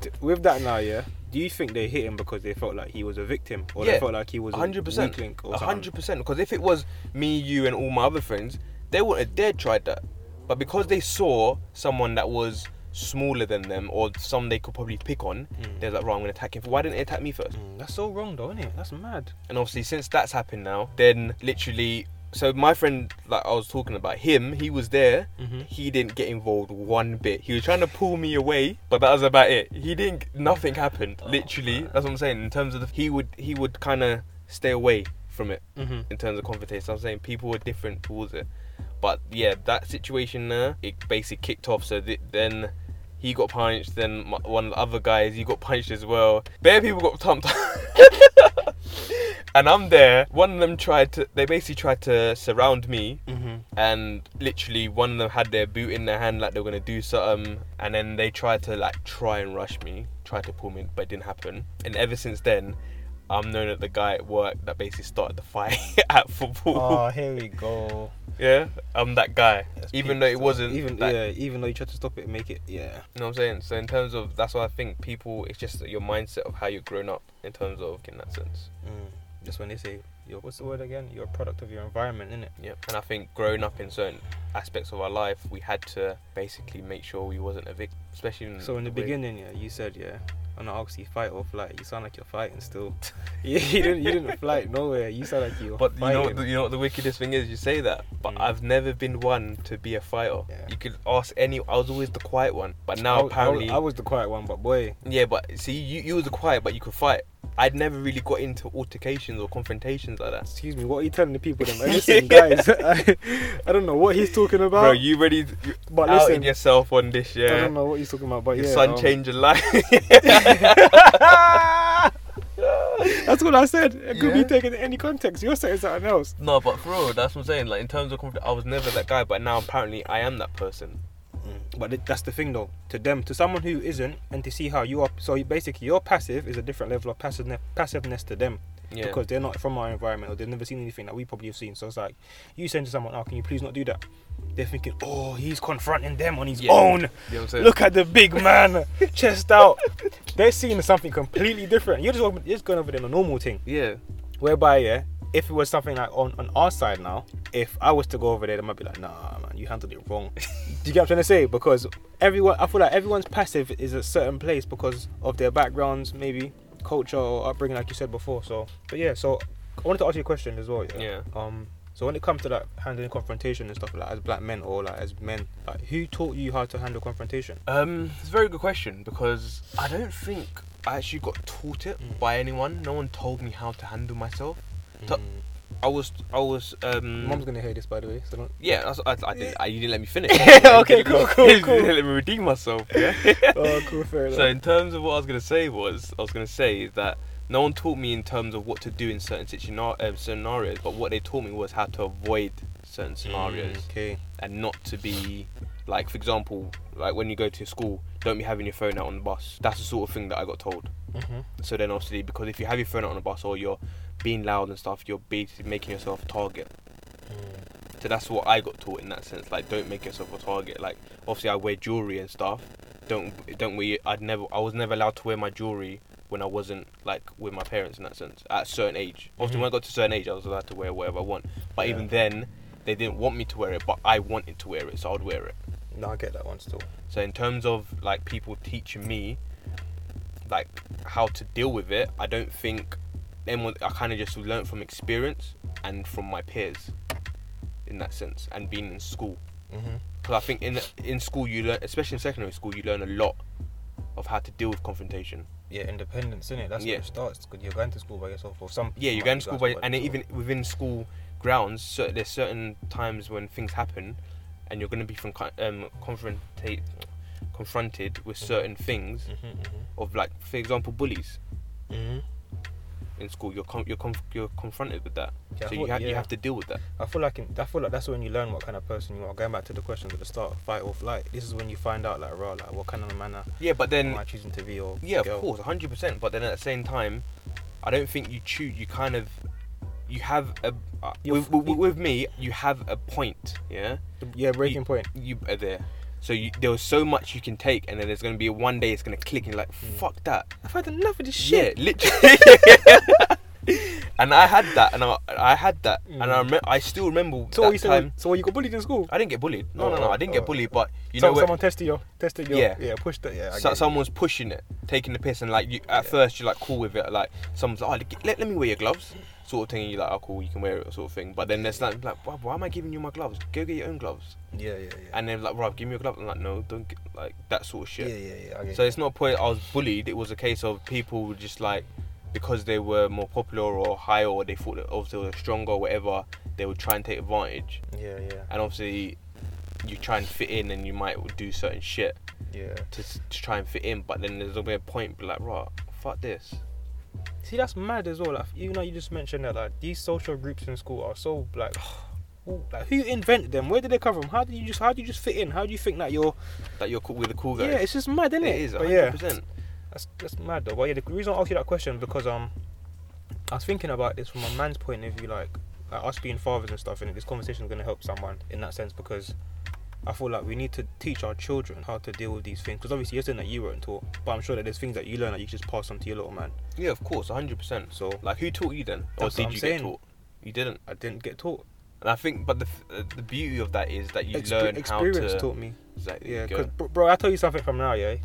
t- with that now, yeah, do you think they hit him because they felt like he was a victim? Or Yeah, they felt like he was a 100%, weak link or A something? hundred percent. Because if it was me, you, and all my other friends, they wouldn't have dared tried that. But because they saw someone that was smaller than them or some they could probably pick on, Mm. they're like, right, I'm gonna attack him. Why didn't they attack me first? Mm, that's so wrong, though, innit? That's mad. And obviously, since that's happened now, then literally, so my friend like I was talking about him, he was there. Mm-hmm. He didn't get involved one bit. He was trying to pull me away, but that was about it. He didn't. Nothing happened. Oh, Literally, that's what I'm saying. In terms of the, he would he would kind of stay away from it Mm-hmm. in terms of confrontation. I'm saying people were different towards it, but yeah, that situation there, it basically kicked off. So th- then he got punched. Then my, one of the other guys, he got punched as well. Bare people got thumped. and I'm there. One of them tried to. They basically tried to surround me. Mm-hmm. And literally, one of them had their boot in their hand, like they were gonna do something. And then they tried to like try and rush me, tried to pull me, but it didn't happen. And ever since then, I'm known as the guy at work that basically started the fight at football. Oh, here we go. yeah, I'm that guy. That's even peak though it stuff. wasn't. Even that- yeah, even though you tried to stop it, and make it yeah. You know what I'm saying? So in terms of that's why I think people, it's just your mindset of how you're grown up in terms of in that sense. Mm. That's when they say, "Yo, what's the word again? You're a product of your environment, innit?" Yeah. And I think growing up in certain aspects of our life, we had to basically make sure we wasn't a victim, especially. In So in the way- beginning, yeah, you said yeah, on the oxy fight or flight. You sound like you're fighting still. yeah, you didn't you didn't flight nowhere. You sound like you were But you know, fighting. what the, you know what the wickedest thing is? You say that, but Mm. I've never been one to be a fighter. Yeah. You could ask any. I was always the quiet one, but I now was- I, was- apparently, I was the quiet one, but boy, yeah. But see, you you was the quiet, but you could fight. I'd never really got into altercations or confrontations like that. excuse me, what are you telling the people? Them, Hey, listen, guys, I, I don't know what he's talking about. Bro, you really you but outed listen, yourself on this, I yeah. don't know what he's talking about. But Your yeah, son um, changed your life. That's what I said. It could Yeah. be taken in any context. You're saying something else. no, but for real, that's what I'm saying. Like in terms of confidence, I was never that guy, but now apparently I am that person. Mm, But th- that's the thing, though. To them, to someone who isn't, and to see how you are. So you- basically, your passive is a different level of passiveness, passiveness to them Yeah. because they're not from our environment or they've never seen anything that we probably have seen. So it's like you saying to someone, "Oh, can you please not do that?" They're thinking, "Oh, he's confronting them on his Yeah. own. you know what I'm saying? Look at the big man, chest out." They're seeing something completely different. You're just over- you're just going over there on a normal thing. yeah. Whereby, yeah, if it was something like on, on our side now, if I was to go over there, they might be like, nah, man, you handled it wrong. Do you get what I'm trying to say? Because everyone, I feel like everyone's passive is a certain place because of their backgrounds, maybe culture or upbringing, like you said before. So, but yeah, so I wanted to ask you a question as well. Yeah. Um. So when it comes to like handling confrontation and stuff like as black men or like as men, like who taught you how to handle confrontation? Um, it's a very good question because I don't think I actually got taught it Mm. by anyone. No one told me how to handle myself. Ta- I was, I was, um, Mom's gonna hear this, by the way. So don't. yeah, that's, I, I didn't, I, you didn't let me finish. Okay, You didn't cool, let me- cool, you cool. didn't let me redeem myself. Yeah. Oh, cool, fair enough. so in terms of what I was gonna say was, I was gonna say that no one taught me in terms of what to do in certain situa- um, scenarios, but what they taught me was how to avoid certain scenarios Okay. and not to be like for example like when you go to school don't be having your phone out on the bus that's the sort of thing that i got told Mm-hmm. so then obviously because if you have your phone out on the bus or you're being loud and stuff you're basically making yourself a target Mm. so that's what i got taught in that sense like don't make yourself a target like obviously i wear jewelry and stuff don't don't we i'd never i was never allowed to wear my jewelry when i wasn't like with my parents in that sense at a certain age obviously when i got to a certain age i was allowed to wear whatever i want but Yeah. even then they didn't want me to wear it but i wanted to wear it so i'd wear it No, I get that one still. So in terms of like people teaching me like how to deal with it, I don't think anyone I kind of just learnt from experience and from my peers in that sense and being in school. Mm-hmm. Because I think in in school you learn, especially in secondary school, you learn a lot of of how to deal with confrontation. yeah, independence, innit? That's Yeah. where it starts. Cause you're going to school by yourself, or some. Yeah, you're might going be to school, by, and then yourself. even within school grounds, cer there's certain times when things happen, and you're going to be from con- um, confrontate, confronted with certain things Mhm, mhm. of like, for example, bullies Mm-hmm. in school. You're com- you're, conf- you're confronted with that, Yeah, I so you thought- have you yeah. have to deal with that. I feel like in, I feel like that's when you learn what kind of person you are. Going back to the questions at the start, fight or flight. This is when you find out, like, raw, like, what kind of manner Yeah, but am then I choosing to be or yeah, of girl? course, hundred percent. But then at the same time, I don't think you choose. You kind of you have a uh, You're with, f- with, you- with me. You have a point. Yeah, Yeah, breaking point. you are there. So you, there was so much you can take, and then there's gonna be one day it's gonna click, and you're like, fuck that. I've had enough of this Yeah, literally. and I had that, and I, I had that, and I rem- I still remember So that what you time. said? So you got bullied in school? I didn't get bullied. No, no, Oh, no, I didn't oh. get bullied. But you so, know, what? someone tested your tested your Yeah. yeah, pushed it. Yeah, I so, get it. someone's pushing it, taking the piss, and like you, at first you're like cool with it, like someone's like, oh, let, let me wear your gloves, sort of thing. And you're like, oh, cool, you can wear it, sort of thing. But then there's like, like, why, why am I giving you my gloves? Go get your own gloves. Yeah, yeah, yeah. And they're like, right, give me your gloves. I'm like, no, don't get like that sort of shit. Yeah, yeah, yeah. I get So it. it's not a point I was bullied. It was a case of people were just like, because they were more popular or higher, or they thought that obviously they were stronger or whatever, they would try and take advantage. yeah, yeah, And obviously, you try and fit in, and you might do certain shit yeah. to, to try and fit in, but then there's always a point, be like, right, fuck this. See, that's mad as well. Like, even though you just mentioned that, like, these social groups in school are so like, who- like who invented them? Where did they come from? How do you just how do you just fit in? How do you think that you're? That you're cool with the cool guys. Yeah, it's just mad, isn't it? it is, But 100%. yeah, that's that's mad though. But yeah, the reason I asked you that question because um, I was thinking about this from a man's point of view, like, like us being fathers and stuff, and this conversation is gonna help someone in that sense because I feel like we need to teach our children how to deal with these things because obviously you're saying that you weren't taught, but I'm sure that there's things that you learn that you just pass on to your little man. Yeah, of course, 100%. So Like, who taught you then? That's what or did I'm you saying. get taught? You didn't. I didn't get taught. And I think, but the, f- uh, the beauty of that is that you Exper- learn how to. experience taught me. Exactly, Yeah, there you because go. bro, I tell you something from now, yeah.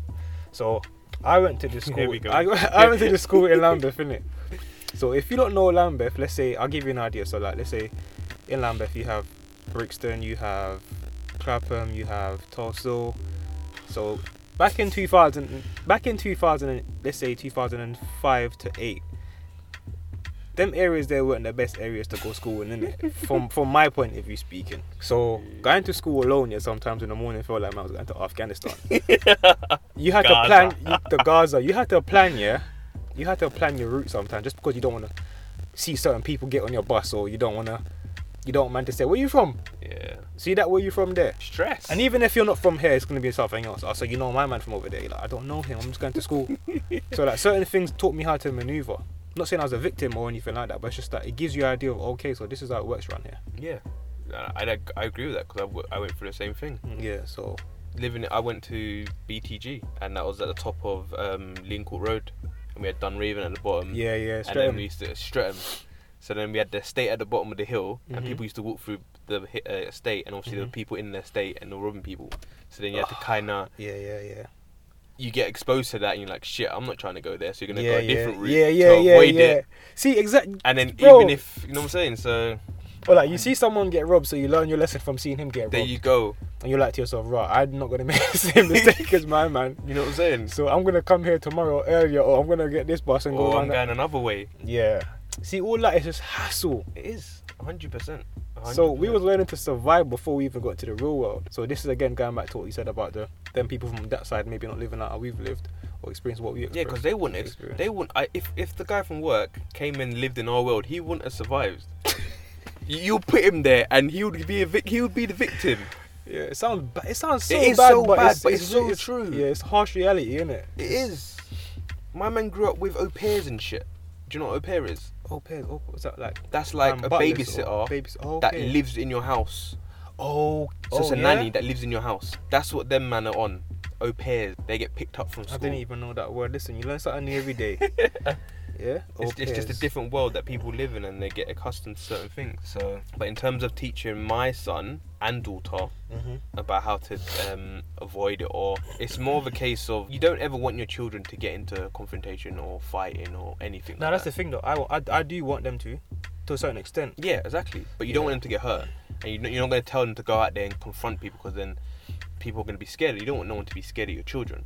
So I went to this Here school. we go. I, I went to the school in Lambeth, innit? So if you don't know Lambeth, let's say I'll give you an idea. So like, let's say in Lambeth you have Brixton, you have Clapham, you have Tulsa. So back in 2000, back in 2000, and- let's say 2005 to eight. Them areas there weren't the best areas to go school in, innit? From from my point of view speaking. So going to school alone, yeah, sometimes in the morning felt like man, I was going to Afghanistan. you had to Gaza. plan you, the Gaza. You had to plan, yeah. You had to plan your route sometimes, just because you don't want to see certain people get on your bus, or you don't want to, you don't want man to say where you from. Yeah. See that where you from there. Stress. And e- even if you're not from here, it's gonna be something else. Oh, so you know my man from over there. You're like, I don't know him. I'm just going to school. so like certain things taught me how to maneuver. Not saying I was a victim or anything like that, but it's just that it gives you an idea of okay, so this is how it works around here. yeah. I, I, I agree with that because I, w- I went through the same thing. Yeah. So Living, I went to BTG and that was at the top of um, Lean Court Road, and we had Dunraven at the bottom. yeah, yeah. Mm. and then Straight we used to Streatham. So then we had the estate at the bottom of the hill, and Mhm. people used to walk through the hi- uh, estate, and obviously there were Mhm. people in the estate and they were robbing people. So then you had to kind of yeah, yeah, yeah. you get exposed to that, and you're like, shit, I'm not trying to go there. So you're gonna yeah, go a different yeah, route yeah, yeah, to yeah, avoid yeah. it. See, exactly. And then Bro. even if you know what I'm saying, so Or like you see someone get robbed, so you learn your lesson from seeing him get there robbed, you go. and you're like to yourself, right, I'm not gonna make the same mistake as my man. You know what I'm saying? So I'm gonna come here tomorrow earlier, or I'm gonna get this bus and go Or I'm around. that. going another way. Yeah. See, all that is just hassle. It is 100. percent So we was learning to survive before we even got to the real world. So this is again going back to what you said about the them people from that side maybe not living out how we've lived or experienced what we yeah, experienced. because they wouldn't. Ex- Experience. they wouldn't. I, if if the guy from work came and lived in our world, he wouldn't have survived. You- You'll put him there, and he would be a vic- he would be the victim. yeah, it sounds ba- it sounds so It is bad, so but, bad, it's, but it's so true. Yeah, it's harsh reality, isn't it? It is. My man grew up with au pairs and shit. Do you know what au pair is? Oh, pairs. Oh, what's that like? That's like Um, a butlers babysitter or babys- oh, that okay. lives in your house. Oh, So it's oh, a yeah? nanny that lives in your house. That's what them man are on. Au pairs. They get picked up from I school. didn't even know that word. Listen, you learn something new every day. yeah. Oh, Au it's, it's just a pairs. different world that people live in and they get accustomed to certain things. So, but in terms of teaching my son and daughter Mhm. about how to um, avoid it, or it's more of a case of you don't ever want your children to get into confrontation or fighting or anything. Now like that's that. the thing though. I, wa- I I do want them to, to a certain extent. Yeah, exactly. But you don't Yeah. want them to get hurt, and you, you're not going to tell them to go out there and confront people because then people are going to be scared. You don't want no one to be scared of your children.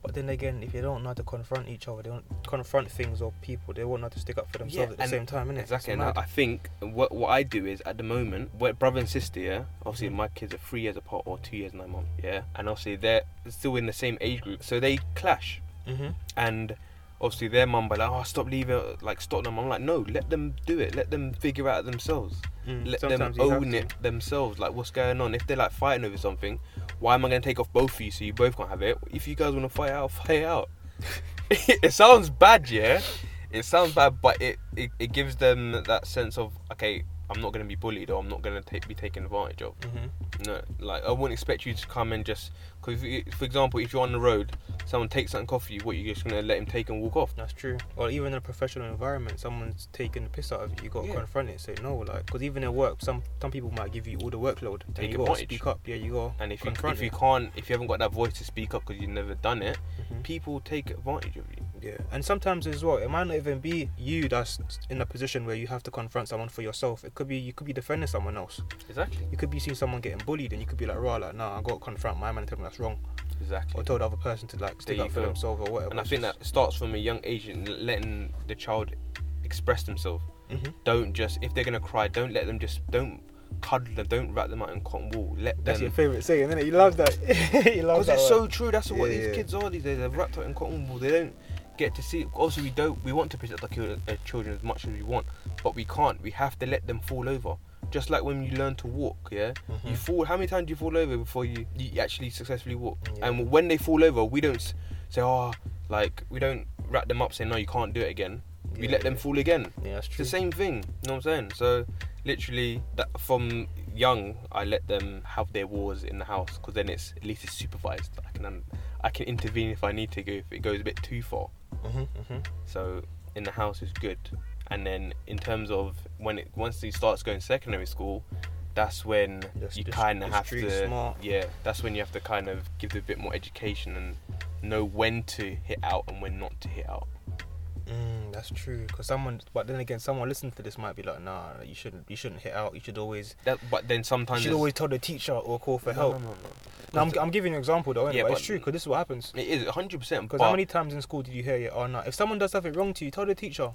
But then again, if they don't know how to confront each other, they don't confront things or people, they won't know how to stick up for themselves at the and- same time, innit? Exactly. It's And I, mad. I think what what I do is at the moment, where brother and sister, yeah, Mm-hmm. obviously my kids are three years apart or two years and nine months, yeah, and obviously they're still in the same age group, so they clash. Mhm. And obviously their mum be like, oh, stop leaving, like stop them. I'm like, no, let them do it. Let them figure out themselves. Mm. Let Sometimes them you have own to. it themselves. Like what's going on? If they're like fighting over something, why am I going to take off both of you so you both can't have it? If you guys want to fight out, fight out. it sounds bad, yeah. It sounds bad, but it, it, it gives them that sense of okay, I'm not going to be bullied or I'm not going to take, be taken advantage of. Mhm. No, like I wouldn't expect you to come and just because, for example, if you're on the road, someone takes something off you, what you're just going to let him take and walk off? That's true. Or even in a professional environment, someone's taking the piss out of you. You got to Yeah. confront it. Say no, like because even at work, some some people might give you all the workload. and Take you got to advantage. speak up. Yeah, you got. And if you confront if you it. can't if you haven't got that voice to speak up because you've never done it, Mhm. people take advantage of you. Mm-hmm. Yeah, and sometimes as well, it might not even be you that's in a position where you have to confront someone for yourself. It could be you could be defending someone else. Exactly. You could be seeing someone getting bullied, and you could be like, "Raw, like, nah, I got to confront my man and tell him that's wrong," Exactly. or tell the other person to like stick There up you for go. themselves or whatever. And I think that starts from a young age and letting the child express themselves. Mhm. Don't just if they're gonna cry, don't let them just don't cuddle them, don't wrap them out in cotton wool. Let That's your them. favorite saying, isn't it? You love that. you love Because that. it's one. so true. That's what Yeah, these yeah. kids are these days. They're wrapped up in cotton wool. They don't get to see. Also, we don't. We want to protect our chil- uh, children as much as we want, but we can't. We have to let them fall over. Just like when you learn to walk, yeah. Mm-hmm. Hmm. You fall. How many times do you fall over before you, you actually successfully walk? Yeah. And when they fall over, we don't s- say, oh, like we don't wrap them up saying no, you can't do it again. we Yeah, let them yeah. fall again. Yeah, that's It's true. the same thing. You know what I'm saying? So, literally, that from young, I let them have their wars in the house because then it's at least it's supervised. I can un- I can intervene if I need to go if it goes a bit too far. hmm hmm So in the house is good. And then in terms of when it once he starts going secondary school, that's when That's you the- kind of the have street to smart. yeah. That's when you have to kind of give them a bit more education and know when to hit out and when not to hit out. Mm, that's true. Cause someone, but then again, someone listening to this might be like, "Nah, you shouldn't. You shouldn't hit out. You should always. That but then You sometimes should it's- always tell the teacher or call for No, help." no, no, no. No, I'm, I'm giving you an example though, innit? Yeah, but it's but- true because this is what happens. It is 100. percent Because how many times in school did you hear it? Oh no, if someone does something wrong to you, tell the teacher,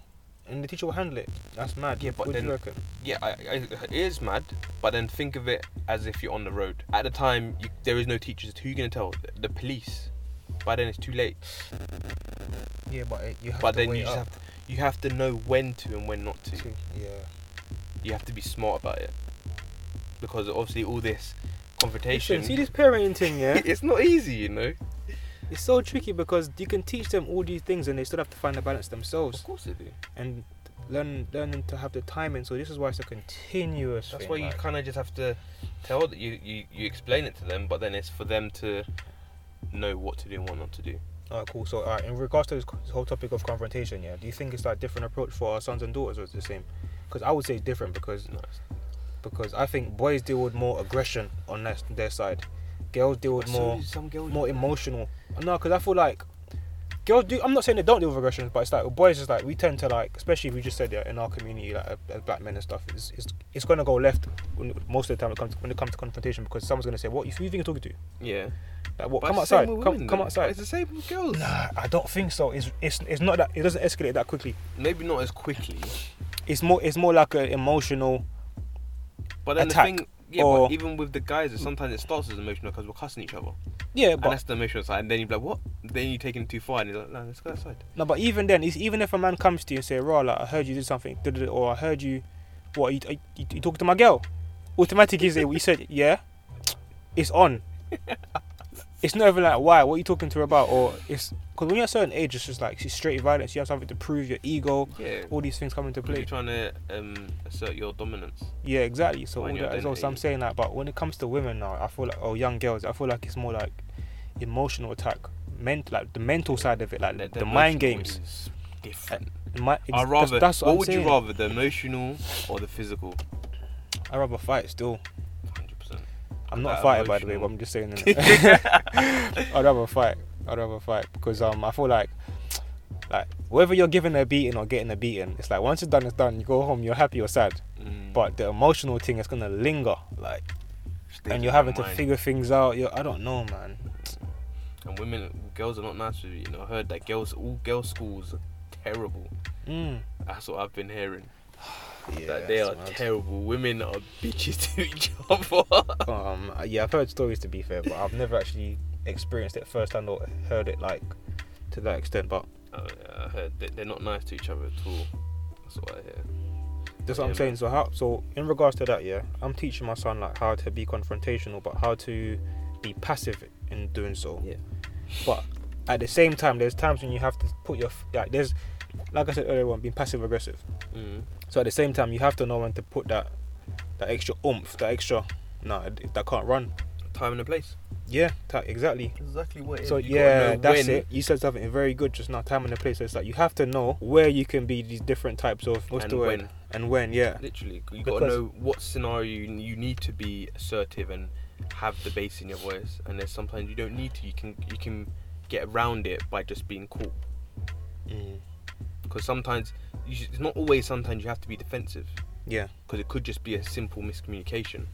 and the teacher will handle it. That's mad. Yeah, what but do then- you reckon? yeah, I, I, it is mad, but then think of it as if you're on the road. At the time, you, there is no teachers. Who you gonna tell? The, the police. By then, it's too late. Yeah, but it, you have But to then weigh you it just up have you have to know when to and when not to. too. Yeah, You have to be smart about it because obviously all this confrontation. Listen, see this parenting thing, yeah, it's not easy, you know. it's so tricky because you can teach them all these things and they still have to find the balance themselves course they do. and learn learning to have the timing. So this is why it's a continuous. That's thing, why you like- kind of just have to tell that you, you you explain it to them, but then it's for them to know what to do and what not to do. Alright, cool. So, alright, in regards to this, this whole topic of confrontation, yeah, do you think it's like different approach for our sons and daughters, or it's the same? Because I would say it's different because No, it's- because I think boys deal with more aggression on their, their side, girls deal with So more do some girls. more emotional. No, because I feel like girls do. I'm not saying they don't deal with aggression, but it's like with boys is like we tend to like, especially if we just said yeah, in our community, like as black men and stuff, it's, it's, it's gonna go left when, most of the time when it comes to, when it comes to confrontation because someone's gonna say, "What you who you think you're talking to? Yeah. Like what? But come it's the same outside. with Come, women, come though. outside." It's the same with girls. Nah, I don't think so. It's it's it's not that it doesn't escalate that quickly. Maybe not as quickly. It's more it's more like an emotional. But then Attack the thing, yeah, or- but even with the guys, it's sometimes it starts as emotional because we're cussing each other. Yeah, and but that's the emotional side. And then you're like, what? Then you take it too far and you're like, no, let's go outside. no, but even then, it's, even if a man comes to you and say, "Raw, like, I heard you did something," duh-duh-duh," or "I heard you, what you you, you talking to my girl," automatically is it? You said, "Yeah," it's on. it's not even like why. What are you talking to her about? Or it's because when you're a certain age, it's just like it's straight violence. You have something to prove. Your ego, Yeah. all these things come into Because play. you're trying to um, assert your dominance. Yeah, exactly. So all Find your that is also I'm identity. saying that. But when it comes to women now, I feel like or young girls, I feel like it's more like emotional attack, mental like the mental side of it, like the, emotional mind games. is different. The mi- ex- I that's, rather. that's what, what I'm would saying. you rather, the emotional or the physical? I rather fight still. 100%. I'm not a That fighter by the way, but emotional- I'm just saying. innit? I'd rather fight. I'd rather fight because um I feel like like whether you're giving a beating or getting a beating, it's like once it's done, it's done. You go home, you're happy or sad. Mm. But the emotional thing is gonna linger. Like stage and of you're my having to mind. figure things out. You're, I don't know, man. And women, girls are not nice with you. you know, I heard that girls, all girls' schools are terrible. Mm. That's what I've been hearing. Yeah, that they are that's mad. terrible. Women are bitches to each other. Oh, Um, yeah, I've heard stories to be fair, but I've never actually experienced it firsthand or heard it like to that extent. But Oh, yeah, I heard they- they're not nice to each other at all. That's what I hear. that's what I'm Yeah, saying. So how? So in regards to that, yeah, I'm teaching my son like how to be confrontational, but how to be passive in doing so. Yeah. But at the same time, there's times when you have to put your f- like there's like I said earlier on, being passive aggressive. Mm. So at the same time, you have to know when to put that that extra oomph, that extra no, that can't run. Time and a place. Yeah, ta- exactly. Exactly what it So is. you gotta yeah, know that's when- it. You said something very good just now, time and the place. So it's like you have to know where you can be these different types of what's and the word when. and when. Yeah, Literally, you Because- gotta know what scenario you, you need to be assertive and have the bass in your voice. And there's sometimes you don't need to. You can you can get around it by just being cool. Mm, Because sometimes you should, it's not always. Sometimes you have to be defensive. yeah, Because it could just be a simple miscommunication.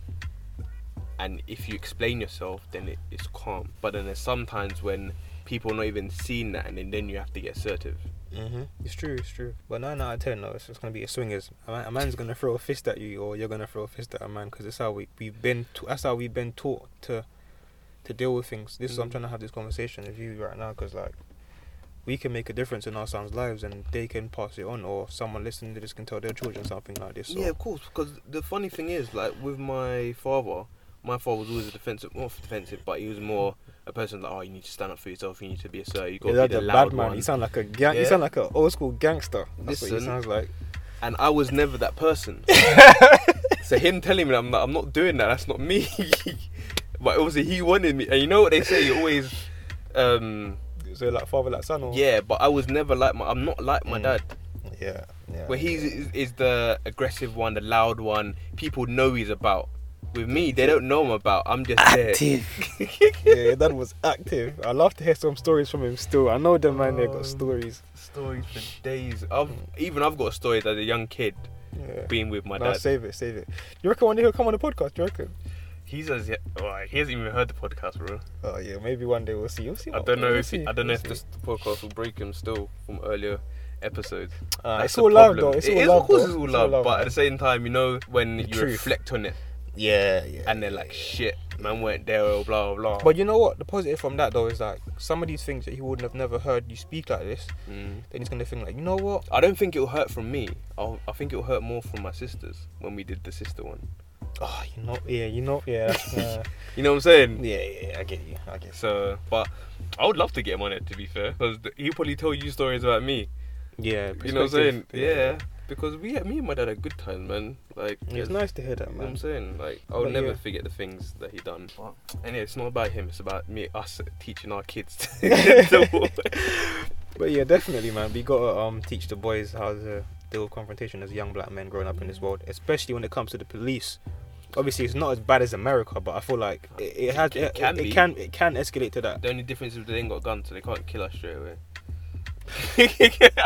And if you explain yourself, then it, it's calm. But then there's sometimes when people are not even seeing that, and then, then you have to get assertive. mm-hmm. it's true, it's true. But nine out of ten, though, it's just gonna be a swingers. A, man, a man's gonna throw a fist at you, or you're gonna throw a fist at a man, because that's how we we've been. t that's how we've been taught to to deal with things. This is I'm Mm. trying to have this conversation with you right now, because like we can make a difference in our sons' lives, and they can pass it on, or someone listening to this can tell their children something like this. So. Yeah, of course. Because the funny thing is, like with my father, my father was always a defensive, not defensive, but he was more a person like, oh, you need to stand up for yourself. You need to be a sir. You got Yeah, to that's be the a loud bad man. one. You sound like a gang. You Yeah. sound like an old school gangster. That's what Listen. he sounds like. And I was never that person. so him telling me that I'm not, I'm not doing that. That's not me. but obviously he wanted me. And you know what they say? You always. Um, So like father, like son. Or... yeah, but I was never like my. I'm not like my Mm. dad. yeah, yeah. Where he is, is the aggressive one, the loud one. People know he's about. With me, they don't know I'm about. I'm just Ah, there. yeah, your dad was active. I love to hear some stories from him. Still, I know the man there Oh. Um, got stories. Stories for days. I've even I've got a story as a young kid Yeah. being with my Now dad. save it, save it. You reckon one day he'll come on the podcast? Do you reckon? He's as yet. Oh, he hasn't even heard the podcast, bro. Oh yeah, maybe one day we'll see. We'll see. I what- don't know we'll if he- see, I don't know we'll if see. This podcast will break him still from earlier episodes. Ah, That's it's the all love problem. though. It's It all is, love. of course, though. it's all love. but at man. the same time, you know when The you truth. reflect on it yeah, yeah. and they're like, shit, man went there, or blah blah. blah. But you know what? The positive from that though is like some of these things that he wouldn't have never heard you speak like this. Mm. Then he's gonna think like, you know what? I don't think it'll hurt from me. I'll, I think it'll hurt more from my sisters when we did the sister one. Oh, you know, yeah, you know, yeah, that's, uh, You know what I'm saying? yeah, yeah, yeah, I get you, I get So, but I would love to get him on it to be fair, because he'll probably tell you stories about me. you. Yeah, You know what I'm saying? perspective, Yeah. Because we, me and my dad had good times, man. Like Yeah, It's nice to hear that, You know what man. I'm saying? Like I'll But never yeah. forget the things that he done. Fuck. Anyway, it's not about him. It's about me, us teaching our kids. to- But yeah, definitely, man. We gotta um teach the boys how to deal with confrontation as young black men growing up in this world, especially when it comes to the police. Obviously, it's not as bad as America, but I feel like it, it has It it, can it be. can it can escalate to that. the only difference is they ain't got a gun, so they can't kill us straight away.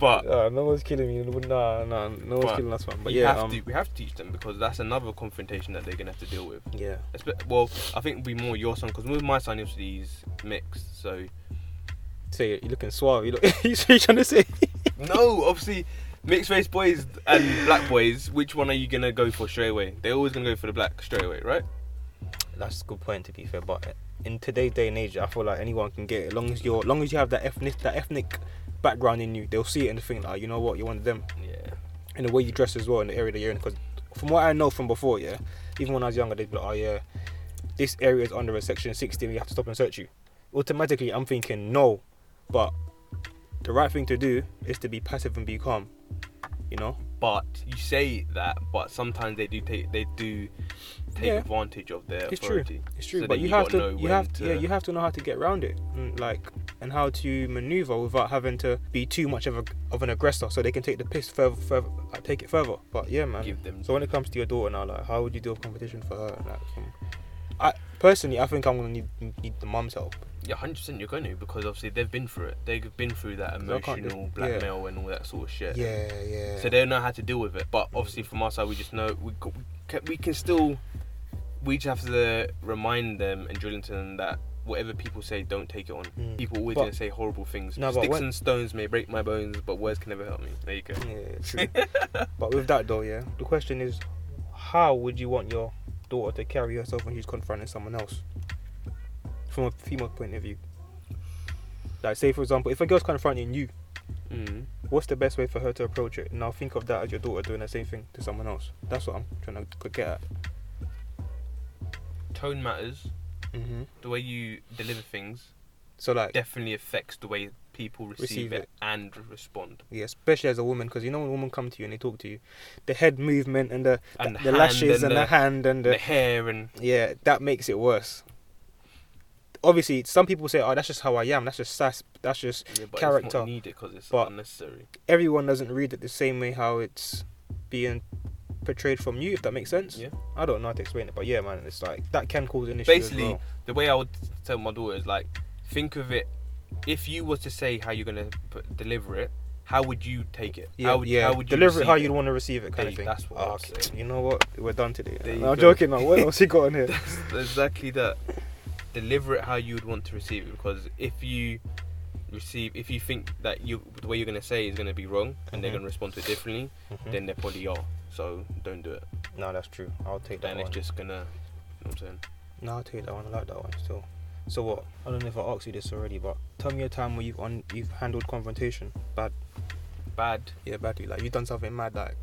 but Uh, no one's killing me. Nah, nah, no one's But killing us, man. But we yeah, have um, to we have to teach them because that's another confrontation that they're gonna have to deal with. yeah, Espe- Well, I think it'd be more your son because with my son, obviously he's mixed, so say it. You're looking suave. You look. you trying to say? No, obviously, mixed race boys and black boys. Which one are you gonna go for straight away? They're always gonna go for the black straight away, right? That's a good point to be fair, but in today's day and age, I feel like anyone can get it. Long as you're, long as you have that ethnic, that ethnic background in you, they'll see it and think like, you know what, you're one of them. Yeah. And the way you dress as well, in the area that you're in, because from what I know from before, yeah, even when I was younger, they'd be like, oh yeah, this area is under a section 60, we have to stop and search you. Automatically, I'm thinking no, but the right thing to do is to be passive and be calm. You know, But you say that, but sometimes they do take they do take Yeah. advantage of their It's true. authority. it's true, So but then you, you have gotta to, know you when have to, to- yeah, you have to know how to get around it, and like, and how to maneuver without having to be too much of a of an aggressor, so they can take the piss further, further, like, take it further. But yeah, man, Give them. So when it comes to your daughter now, like, how would you deal with competition for her? Like, um, I personally, I think I'm gonna need need the mum's help. Yeah, hundred percent. You're going to because obviously they've been through it. They've been through that 'Cause I can't just- emotional yeah. blackmail and all that sort of shit. Yeah, yeah. So they don't know how to deal with it. But obviously, from our side, we just know we, g- we can, we can still we just have to remind them and drill into them that whatever people say, don't take it on. Mm. People always But- gonna say horrible things. No, but Sticks when- and stones may break my bones, but words can never help me. There you go. Yeah, true. but with that though, yeah, the question is, how would you want your daughter to carry herself when she's confronting someone else? From a female point of view. Like, say for example, if a girl's confronting you, Mm. what's the best way for her to approach it? Now think of that as your daughter doing the same thing to someone else. That's what I'm trying to get at. Tone matters. Mm-hmm. The way you deliver things So like, definitely affects the way people receive, Receive it, it. and respond. yeah, especially as a woman, because you know when women come to you and they talk to you, the head movement and the And the, hand lashes and the, hand and the the hair and yeah, that makes it worse. Obviously, some people say, "Oh, that's just how I am. That's just sass. That's just." yeah, but It's Character. not needed because it's But- unnecessary. Everyone doesn't read it the same way how it's being portrayed from you. If that makes sense. Yeah. I don't know how to explain it, but yeah, man, it's like that can cause an issue. Basically, as well. the way I would tell my daughter is like, think of it. If you was to say how you're gonna p- deliver it, how would you take it? yeah, how would, yeah. How would you deliver it how receive you'd want to receive it, kind There of you- thing. that's what I Ah, was okay. saying. You know what? We're done today. There No, you I'm go. joking. Man. What else he got on here? That's exactly that. Deliver it how you would want to receive it because if you receive, if you think that you the way you're gonna say is gonna be wrong and they're Mhm. gonna respond to it differently, Hmm? then they probably are. So don't do it. no, that's true. I'll take that Then one. it's just gonna. You know what I'm saying? No, I'll take that one. I like that one still. So what? I don't know if I asked you this already, but tell me a time where you've on you've handled confrontation bad. Bad. Yeah, badly. Like you've done something mad, like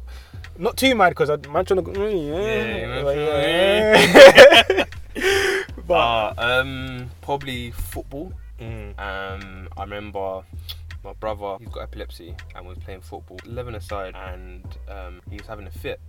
not too mad because I'm trying to. Go, mm, Yeah, yeah, you like, know, yeah. but Ah, um, probably football. Mm, Um, I remember my brother, he's got epilepsy and was playing football, 11 aside, and um, he was having a fit.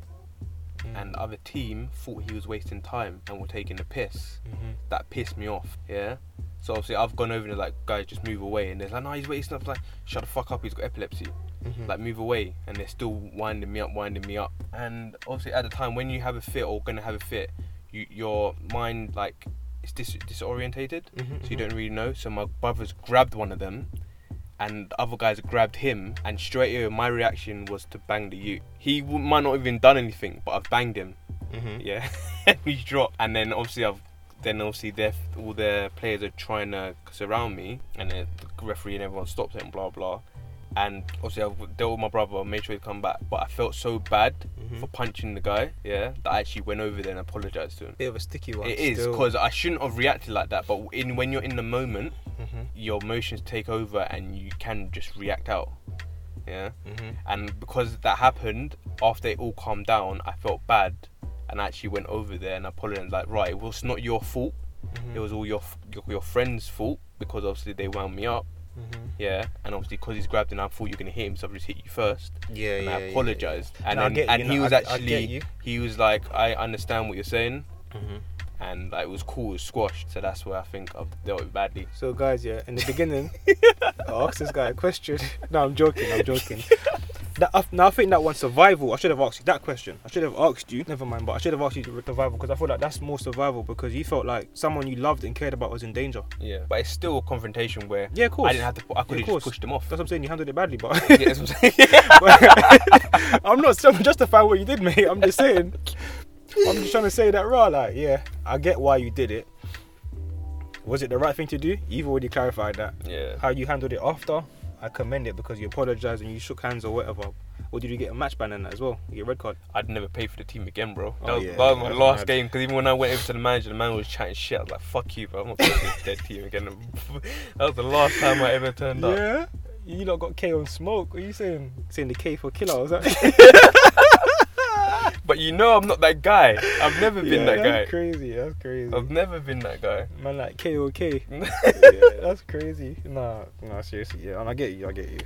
mm, And uh, the other team thought he was wasting time and were taking the piss. mhm. That pissed me off, yeah? So obviously I've gone over and like, guys, just move away. And they're like, no, he's wasting up. Like, shut the fuck up, he's got epilepsy. Mhm. Like, move away. And they're still winding me up, winding me up. And obviously at the time, when you have a fit or gonna have a fit, you, your mind, like, is dis- disorientated Mhm, so you mhm. don't really know. So my brothers grabbed one of them, and the other guys grabbed him, and straight away my reaction was to bang the youth. He w- might not even done anything, but I've banged him. Mhm. Yeah, and he dropped, and then obviously I've. Then obviously their all their players are trying to surround me, and the the referee and everyone stops it and blah blah. And obviously I've dealt with my brother, made sure he come back, but I felt so bad Mhm. for punching the guy, yeah, that I actually went over there and apologized to him. Bit of a sticky one. It is still. because I shouldn't have reacted like that, but in when you're in the moment, Mhm, your emotions take over and you can just react out. Yeah. mhm. And because that happened, after it all calmed down, I felt bad and I actually went over there and apologized. Like, right, it was not your fault. Mhm, It was all your, f- your your friend's fault because obviously they wound me up. mhm. Yeah. And obviously because he's grabbed and I thought you were gonna hit him, so I just hit you first. Yeah, and yeah. I yeah, yeah. apologized. No, I And then, get you, and no, he I- was I get actually you. he was like, I understand what you're saying. Mhm. And like it was cool, it was squashed. So that's where I think I've dealt with badly. So guys, yeah, in the beginning, I asked this guy a question. No, I'm joking. I'm joking. That, I, now I think that one survival. I should have asked you that question. I should have asked you. Never mind, but I should have asked you the survival because I feel like that's more survival because you felt like someone you loved and cared about was in danger. Yeah. But it's still a confrontation where Yeah, of course. I didn't have to. I could Of have course. just pushed them off. That's what I'm saying. You handled it badly, but, Yeah, that's what I'm saying. but- I'm not trying to justify what you did, mate. I'm just saying. I'm just trying to say that raw. Like, yeah, I get why you did it. Was it the right thing to do? You've already clarified that. yeah. how you handled it after, I commend it because you apologized and you shook hands or whatever. Or did you get a match ban in that as well? You get red card. I'd never pay for the team again, bro. That Oh, was, yeah, that was my that's last mad. game. Because even when I went over to the manager, the man was chatting shit. I was like, "Fuck you, bro. I'm not paying for this dead team again." that was the last time I ever turned up. Yeah. You not got K on smoke. What are you saying? Saying the K for killer. Was that? But you know, I'm not that guy. I've never been that guy. That's crazy. That's crazy. I've never been that guy. Man, like KOK. Um, yeah, that's crazy. Nah, nah, seriously. Yeah, and I get you. I get you.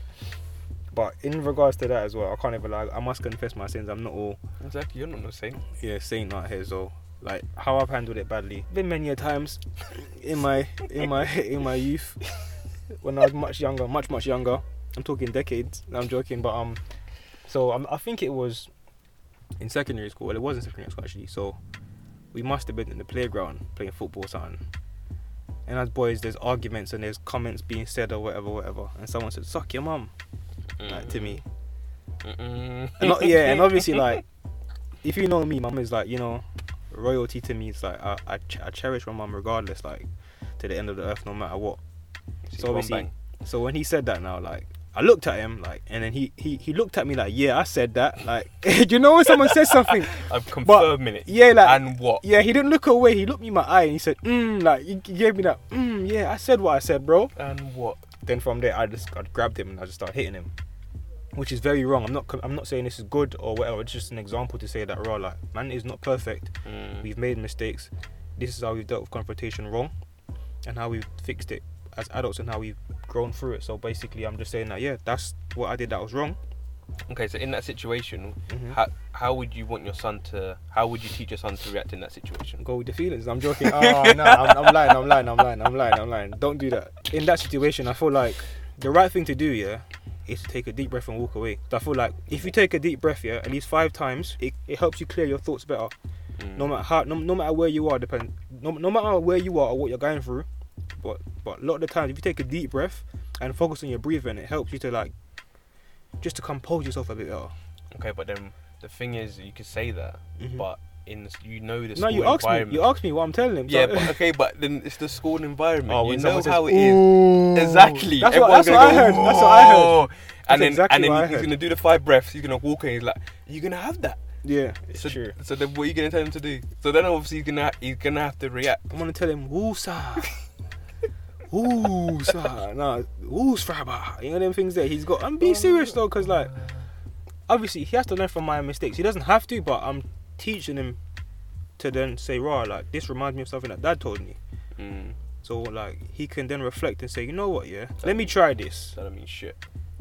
But in regards to that as well, I can't even lie. I must confess my sins. I'm not all Exactly. You're not the same. yeah, saint out here, so like how I've handled it badly. Been many a times in my in my in my youth when I was much younger, much much younger. I'm talking decades. No, I'm joking, but um, so um, I think it was in secondary school. Well, it was in secondary school actually. So we must have been in the playground playing football or something. And as boys, there's arguments and there's comments being said or whatever, whatever. And someone said, "Suck your mum," like to me. Mm-mm. And not, yeah, and obviously like if you know me, my mum is like, you know, royalty to me is like I, I, ch- I cherish my mum regardless, like to the end of the earth, no matter what. She's so one obviously, bang. so when he said that now, like I looked at him, like, and then he he, he looked at me like, yeah, I said that, like, you know when someone says something, I've confirmed it. yeah, like, and what? yeah, he didn't look away, he looked me in my eye and he said, mm, like, he he gave me that, mm, yeah, I said what I said, bro. And what? Then from there, I just I grabbed him and I just started hitting him, which is very wrong. I'm not co- I'm not saying this is good or whatever. It's just an example to say that raw like man is not perfect. Mm. We've made mistakes. This is how we've dealt with confrontation wrong, and how we've fixed it as adults and how we've grown through it. So basically, I'm just saying that yeah, that's what I did that was wrong. Okay, so in that situation, Mhm. how, how would you want your son to? How would you teach your son to react in that situation? Go with the feelings. I'm joking. Oh no, I'm, I'm lying. I'm lying. I'm lying. I'm lying. I'm lying. Don't do that. In that situation, I feel like the right thing to do, yeah, is to take a deep breath and walk away. I feel like if you take a deep breath, yeah, at least five times, it, it helps you clear your thoughts better. Mm. No matter how, no, no matter where you are, depend. No, no matter where you are or what you're going through, but but a lot of the times, if you take a deep breath and focus on your breathing, it helps you to like just to compose yourself a bit better. Okay, but then the thing is, you could say that, Mhm. but in this, you know the No, school you asked me. environment. You asked me what I'm telling him. yeah, so- but okay, but then it's the school environment. Oh, you when know someone says, how it is. Exactly. That's what- that's Everyone's gonna what I go, heard, that's what I heard. "Whoa." That's And then, exactly and then what I he's heard. gonna do the five breaths. He's gonna walk in. He's like, "You're gonna have that." Yeah, it's So, true. so then, what are you gonna tell him to do? So then, obviously, he's gonna he's gonna have to react. I'm gonna tell him Woosa. Woosa. Nah, Woosfraba. You know them things there. He's got I'm being serious though, cause like obviously he has to learn from my mistakes. He doesn't have to, but I'm teaching him to then say, rah, like this reminds me of something that dad told me. Mm, So like he can then reflect and say, you know what, yeah, let me try this. so that means shit.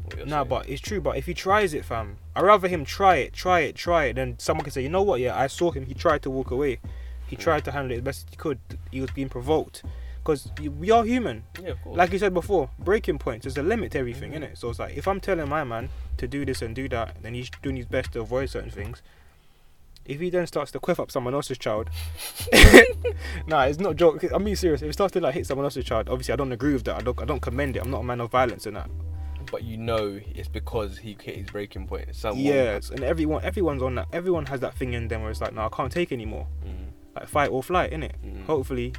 what you're Nah, saying. but it's true. But if he tries it, fam, I'd rather him try it, try it, try it. Then someone can say, you know what? Yeah, I saw him. He tried to walk away. He tried to handle it as best he could. He was being provoked. Because we are human. yeah, of course. Mm-hmm. Like you said before, breaking points. There's a limit to everything, innit? So it's like, if I'm telling my man to do this and do that, then he's doing his best to avoid certain things. If he then starts to quiff up someone else's child, nah, it's not joke. I'm being serious. If he starts to like hit someone else's child, obviously I don't agree with that. I don't, I don't commend it. I'm not a man of violence and that. but you know, it's because he hit his breaking point. Someone. Yes, and everyone, everyone's on that. Everyone has that thing in them where it's like, no, I can't take anymore. Mm, Like fight or flight, innit? mm. Hopefully,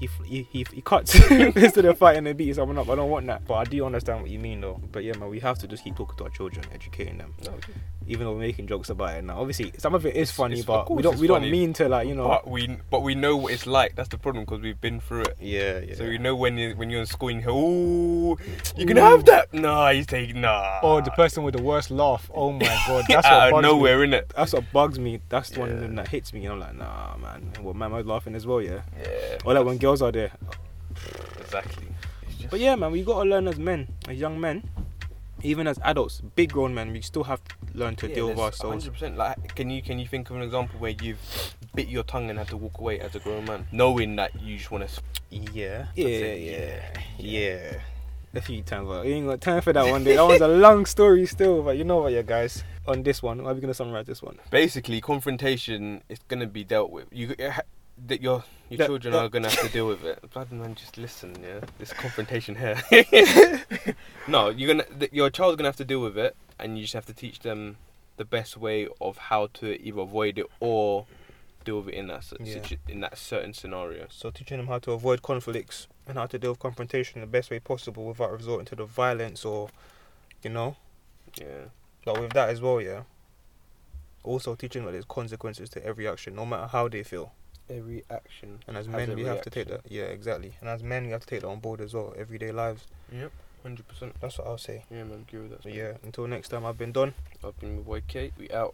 he f- he he, he cuts instead of fighting and beating someone up. I don't want that, but I do understand what you mean though. But yeah, man, we have to just keep talking to our children, educating them, No, it's- even though we're making jokes about it now. Obviously, some of it is funny, it's- of but we course don't it's we don't funny. mean to like you know. But we but we know what it's like. That's the problem because we've been through it. yeah, yeah. So you know when you when you're in school, and you go, "Ooh, you can have that." Nah, he's taking nah. oh, the person with the worst laugh. Oh my god, that's Ah. out what bugs of me. nowhere, innit? That's what bugs me. That's the one of Yeah. them that hits me. And I'm like, nah, man. Well, man, I was laughing as well, yeah. Yeah, Or like when girls are there, exactly. It's just- But yeah, man, we gotta learn as men, as young men, even as adults, big grown men, we still have to learn to yeah, deal with there's ourselves. 100%, Like, can you can you think of an example where you've bit your tongue and had to walk away as a grown man, knowing that you just want to? Yeah, yeah, it, yeah, yeah. A few times, but we ain't got time for that one. Day. That one's a long story still. But you know what, yeah, guys. On this one, how are we gonna summarize this one? Basically, confrontation is gonna be dealt with. You it ha- that your your That- children that- are gonna have to deal with it. Blood man, just listen, yeah. This confrontation here. no, you're gonna th- your child's gonna have to deal with it, and you just have to teach them the best way of how to either avoid it or deal with it in that s Yeah. situ- in that certain scenario. So teaching them how to avoid conflicts and how to deal with confrontation the best way possible without resorting to the violence or, you know, Yeah. like with that as well, yeah. Also teaching that there's consequences to every action, no matter how they feel. Every action. And as has men, a we have to take that. Yeah, exactly. And as men, we have to take that on board as well. Everyday lives. Yep, hundred percent. That's what I'll say. Yeah, man, agree with that. But yeah, until next time, I've been done. I've been with Boy Kate. We out.